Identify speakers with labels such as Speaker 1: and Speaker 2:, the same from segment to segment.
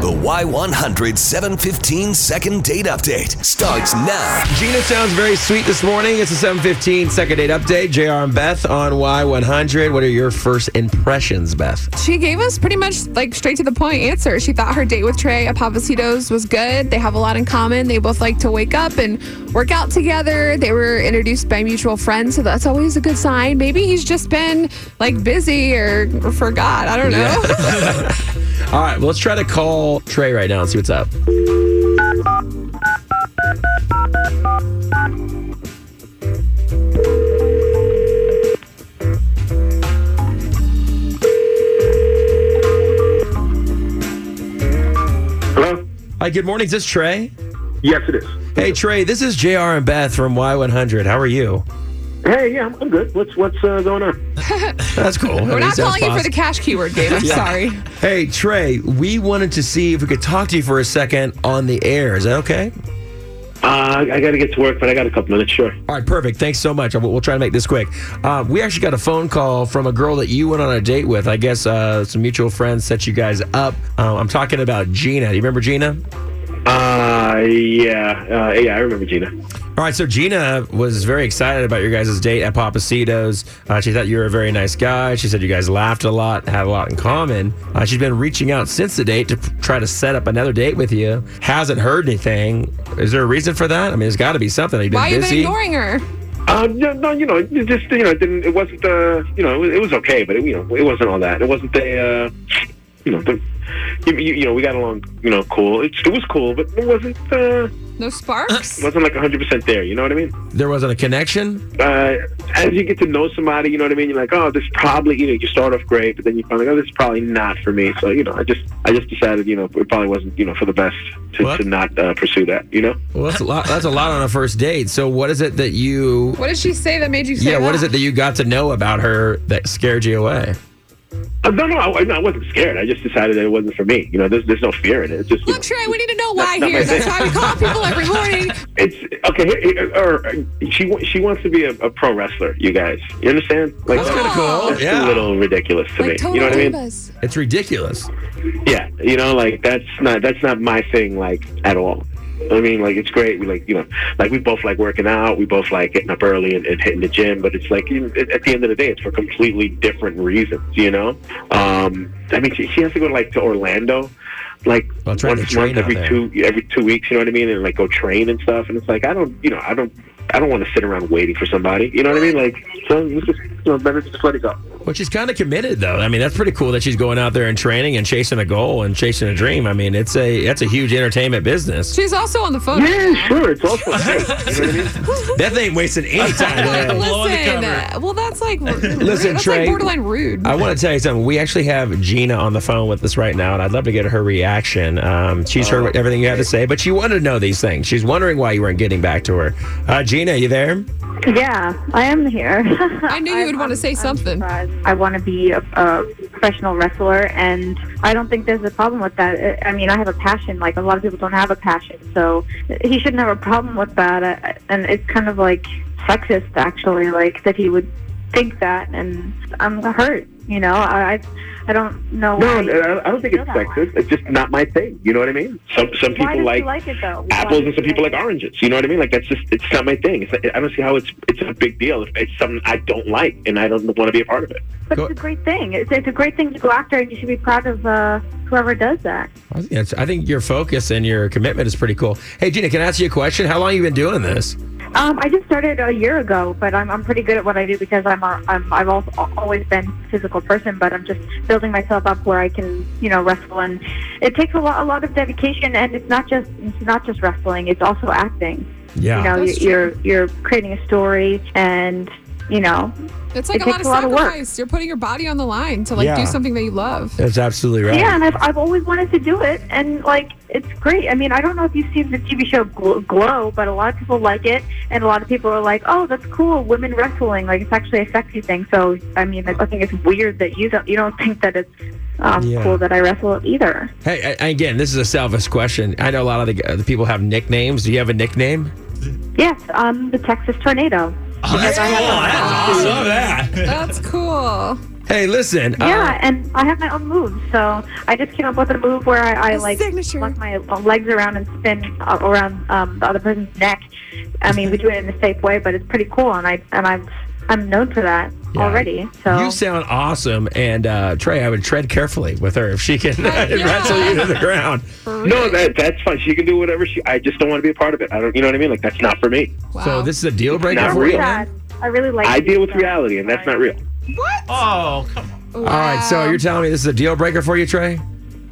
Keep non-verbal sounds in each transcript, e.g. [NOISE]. Speaker 1: The Y100 715 second date update starts now.
Speaker 2: Gina sounds very sweet this morning. It's a 715 second date update. JR and Beth on Y100. What are your first impressions, Beth?
Speaker 3: She gave us pretty much like straight to the point answer. She thought her date with Trey at Papasitos was good. They have a lot in common. They both like to wake up and work out together. They were introduced by mutual friends, so that's always a good sign. Maybe he's just been like busy or, or forgot. I don't know. [LAUGHS]
Speaker 2: All right, well, let's try to call Trey right now and see what's up.
Speaker 4: Hello?
Speaker 2: Hi, good morning. Is this Trey?
Speaker 4: Yes, it is.
Speaker 2: Hey, Trey, this is JR and Beth from Y100. How are you?
Speaker 4: Hey, yeah, I'm, I'm good. What's what's uh, going on?
Speaker 2: That's cool.
Speaker 3: We're not calling you for the cash keyword
Speaker 2: [LAUGHS]
Speaker 3: game. I'm sorry.
Speaker 2: Hey, Trey, we wanted to see if we could talk to you for a second on the air. Is that okay?
Speaker 4: Uh, I got to get to work, but I got a couple minutes. Sure.
Speaker 2: All right, perfect. Thanks so much. We'll, we'll try to make this quick. Uh, we actually got a phone call from a girl that you went on a date with. I guess uh, some mutual friends set you guys up. Uh, I'm talking about Gina. Do you remember Gina?
Speaker 4: Uh, yeah, uh, yeah, I remember Gina.
Speaker 2: All right, so Gina was very excited about your guys' date at Papacito's. Uh, she thought you were a very nice guy. She said you guys laughed a lot, had a lot in common. Uh, she's been reaching out since the date to p- try to set up another date with you. Hasn't heard anything. Is there a reason for that? I mean, there's got to be something. You've been
Speaker 3: Why you been
Speaker 2: busy.
Speaker 3: ignoring her?
Speaker 4: Um, no, no, you know, it just you know, it didn't. It wasn't uh, you know, it was, it was okay, but it, you know, it wasn't all that. It wasn't the, uh, you know, the, you, you, you know, we got along, you know, cool. It, it was cool, but it wasn't, uh,
Speaker 3: No
Speaker 4: [CLEARS THROAT]
Speaker 3: sparks?
Speaker 4: wasn't like 100 percent there. You know what I mean?
Speaker 2: there wasn't a connection.
Speaker 4: uh, as you get to know somebody, you know what I mean. You're like, oh, this probably, you know, you start off great, but then you find like, oh, this is probably not for me. So you know, I just, I just decided, you know, it probably wasn't, you know, for the best to,
Speaker 2: What?
Speaker 4: to not uh, pursue that. You know,
Speaker 2: Well, that's a lot. That's a lot on a first date. So, what is it that you?
Speaker 3: What did she say that made you say
Speaker 2: Yeah,
Speaker 3: that?
Speaker 2: what is it that you got to know about her that scared you away?
Speaker 4: uh, no, no I, no, I wasn't scared. I just decided that it wasn't for me. You know, there's, there's no fear in it. It's just, you
Speaker 3: Look, Trey, we need to know why here. That's why we call people
Speaker 4: [LAUGHS]
Speaker 3: every morning.
Speaker 4: know, it's okay. Here, here, or uh, she, wa- she wants to be a, a pro wrestler. You guys, you understand? Like,
Speaker 3: That's
Speaker 2: Kinda
Speaker 3: kinda cool.
Speaker 4: That's
Speaker 2: Yeah.
Speaker 4: a little ridiculous to me.
Speaker 3: Like total
Speaker 4: you know what I mean?
Speaker 3: divas.
Speaker 2: It's ridiculous.
Speaker 4: Yeah, you know, like that's not that's not my thing, like at all. I mean, like it's great. We like you know, like we both like working out. We both like getting up early and, and hitting the gym. But it's like you know, at at the end of the day, it's for completely different reasons. You know, um, I mean, she, she has to go like to Orlando, like
Speaker 2: Well,
Speaker 4: once
Speaker 2: trying to
Speaker 4: a
Speaker 2: train
Speaker 4: month,
Speaker 2: out
Speaker 4: every
Speaker 2: there.
Speaker 4: two every two weeks. You know what I mean? And like go train and stuff. And it's like I don't, you know, I don't. I don't want to sit around waiting for somebody. You know what I mean? Like, so it's just, you know, better just let it go.
Speaker 2: Well, she's kind of committed, though. I mean, that's pretty cool that she's going out there and training and chasing a goal and chasing a dream. I mean, it's a that's a huge entertainment
Speaker 3: [LAUGHS]
Speaker 2: business.
Speaker 3: She's also on the phone.
Speaker 4: Yeah, sure. It's also great. You know what I mean?
Speaker 2: That ain't wasting any
Speaker 3: Like,
Speaker 2: time.
Speaker 5: blowing the
Speaker 3: listen,
Speaker 5: cover.
Speaker 3: uh, well, that's like listen,
Speaker 2: Listen,
Speaker 3: that's
Speaker 2: Trey.
Speaker 3: like borderline rude.
Speaker 2: I want to tell you something. We actually have Gina on the phone with us right now, and I'd love to get her reaction. Um, she's heard everything you had to say, but she wanted to know these things. She's wondering why you weren't getting back to her. Uh, Gina, you there?
Speaker 6: Yeah, I am [LAUGHS] here.
Speaker 3: I knew you would want to say something.
Speaker 6: I want to be a, a professional wrestler, and I don't think there's a problem with that. I I mean, I have a passion. Like, a lot of people don't have a passion, so he shouldn't have a problem with that. I- And it's kind of, like, sexist, actually, like, that he would think that, and I'm hurt, you know? I, I- I don't know
Speaker 4: No,
Speaker 6: why.
Speaker 4: I don't- I don't think it's
Speaker 6: feel that way.
Speaker 4: sexist. It's just not my thing. You know what I mean? Some some
Speaker 6: Why
Speaker 4: people
Speaker 6: does he
Speaker 4: like,
Speaker 6: like it, though?
Speaker 4: apples
Speaker 6: Why
Speaker 4: and some people
Speaker 6: does
Speaker 4: like
Speaker 6: he
Speaker 4: oranges. You know what I mean? Like that's just it's not my thing. It's, I don't see how it's it's a big deal if it's something I don't like and I don't want to be a part of it.
Speaker 6: But
Speaker 2: Go-
Speaker 6: it's a great thing. It's, it's a great thing to go after, and you should be proud of uh, whoever does that.
Speaker 2: I think, that's- I think your focus and your commitment is pretty cool. Hey, Gina, can I ask you a question? How long you been doing this?
Speaker 6: Um, I just started a year ago, but I'm, I'm pretty good at what I do because I'm, a, I'm I've al always been a physical person, but I'm just building myself up where I can you know wrestle and it takes a lot a lot of dedication and it's not just it's not just wrestling, it's also acting.
Speaker 2: Yeah.
Speaker 6: You know,
Speaker 3: Ah. That's true.
Speaker 6: you're, you're you're creating a story and you know
Speaker 3: It's like
Speaker 6: It
Speaker 3: a lot of
Speaker 6: takes a lot of work.
Speaker 3: sacrifice. You're putting your body on the line to like
Speaker 2: Yeah.
Speaker 3: do something that you love.
Speaker 2: That's absolutely right.
Speaker 6: yeah, and I've I've always wanted to do it and like it's great. I mean, I don't know if you've seen the TV show Gl- Glow, but a lot of people like it and a lot of people are like, "Oh, that's cool, women wrestling." Like it's actually a sexy thing. So, I mean, I think it's weird that you don't you don't think that it's um,
Speaker 2: Yeah.
Speaker 6: cool that I wrestle either.
Speaker 2: Hey, I- again, this is a selfish question. I know a lot of the, the people have nicknames. Do you have a nickname?
Speaker 6: Yes, um, the Texas tornado.
Speaker 5: Oh, that's cool. That's
Speaker 3: That's cool.
Speaker 2: Hey, listen. uh,
Speaker 6: Yeah, and I have my own move. So I just came up with a move where I, I
Speaker 3: His
Speaker 6: like
Speaker 3: signature.
Speaker 6: lock my legs around and spin uh, around um, the other person's neck. I mean, we do it in a safe way, but it's pretty cool, and I and I'm I'm known for that
Speaker 2: Yeah.
Speaker 6: already.
Speaker 2: Uh,
Speaker 6: So
Speaker 2: you sound awesome, and uh, Trey, I would tread carefully with her if she can [LAUGHS]
Speaker 3: yeah.
Speaker 2: wrestle you to the ground.
Speaker 4: No, that that's fine. She can do whatever she. I just don't want to be a part of it. I don't. You know what I mean? Like that's not for me.
Speaker 3: Wow.
Speaker 2: So this is a deal breaker
Speaker 4: Not
Speaker 2: for you.
Speaker 4: real.
Speaker 2: man?
Speaker 6: sad. I really like.
Speaker 4: I
Speaker 6: it,
Speaker 4: deal with
Speaker 6: so-
Speaker 4: reality, and that's not real.
Speaker 3: what?
Speaker 5: Oh, come on.
Speaker 2: All right, so you're telling me this is a deal breaker for you, Trey?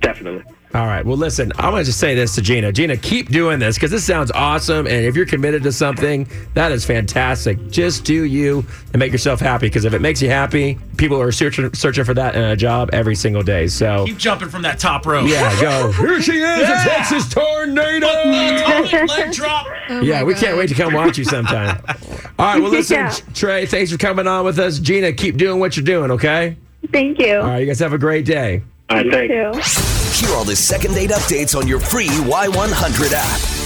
Speaker 4: Definitely.
Speaker 2: All right. Well, listen, I'm going to just say this to Gina. Gina, keep doing this because this sounds awesome. And if you're committed to something, that is fantastic. Just do you and make yourself happy because if it makes you happy, people are searching, searching for that in a job every single day. So,
Speaker 5: Keep jumping from that top row.
Speaker 2: yeah, go. [LAUGHS] Here she is,
Speaker 5: Yeah.
Speaker 2: a Texas tornado.
Speaker 5: Leg drop.
Speaker 3: Oh
Speaker 2: Yeah,
Speaker 3: my
Speaker 2: we
Speaker 3: God.
Speaker 2: can't wait to come watch you sometime. All right. Well, listen,
Speaker 6: Yeah.
Speaker 2: Trey, thanks for coming on with us. Gina, keep doing what you're doing, okay?
Speaker 6: Thank you.
Speaker 2: All right. You guys have a great day.
Speaker 4: All right,
Speaker 6: You
Speaker 4: thanks.
Speaker 6: too.
Speaker 1: Hear all the second date updates on your free Y100 app.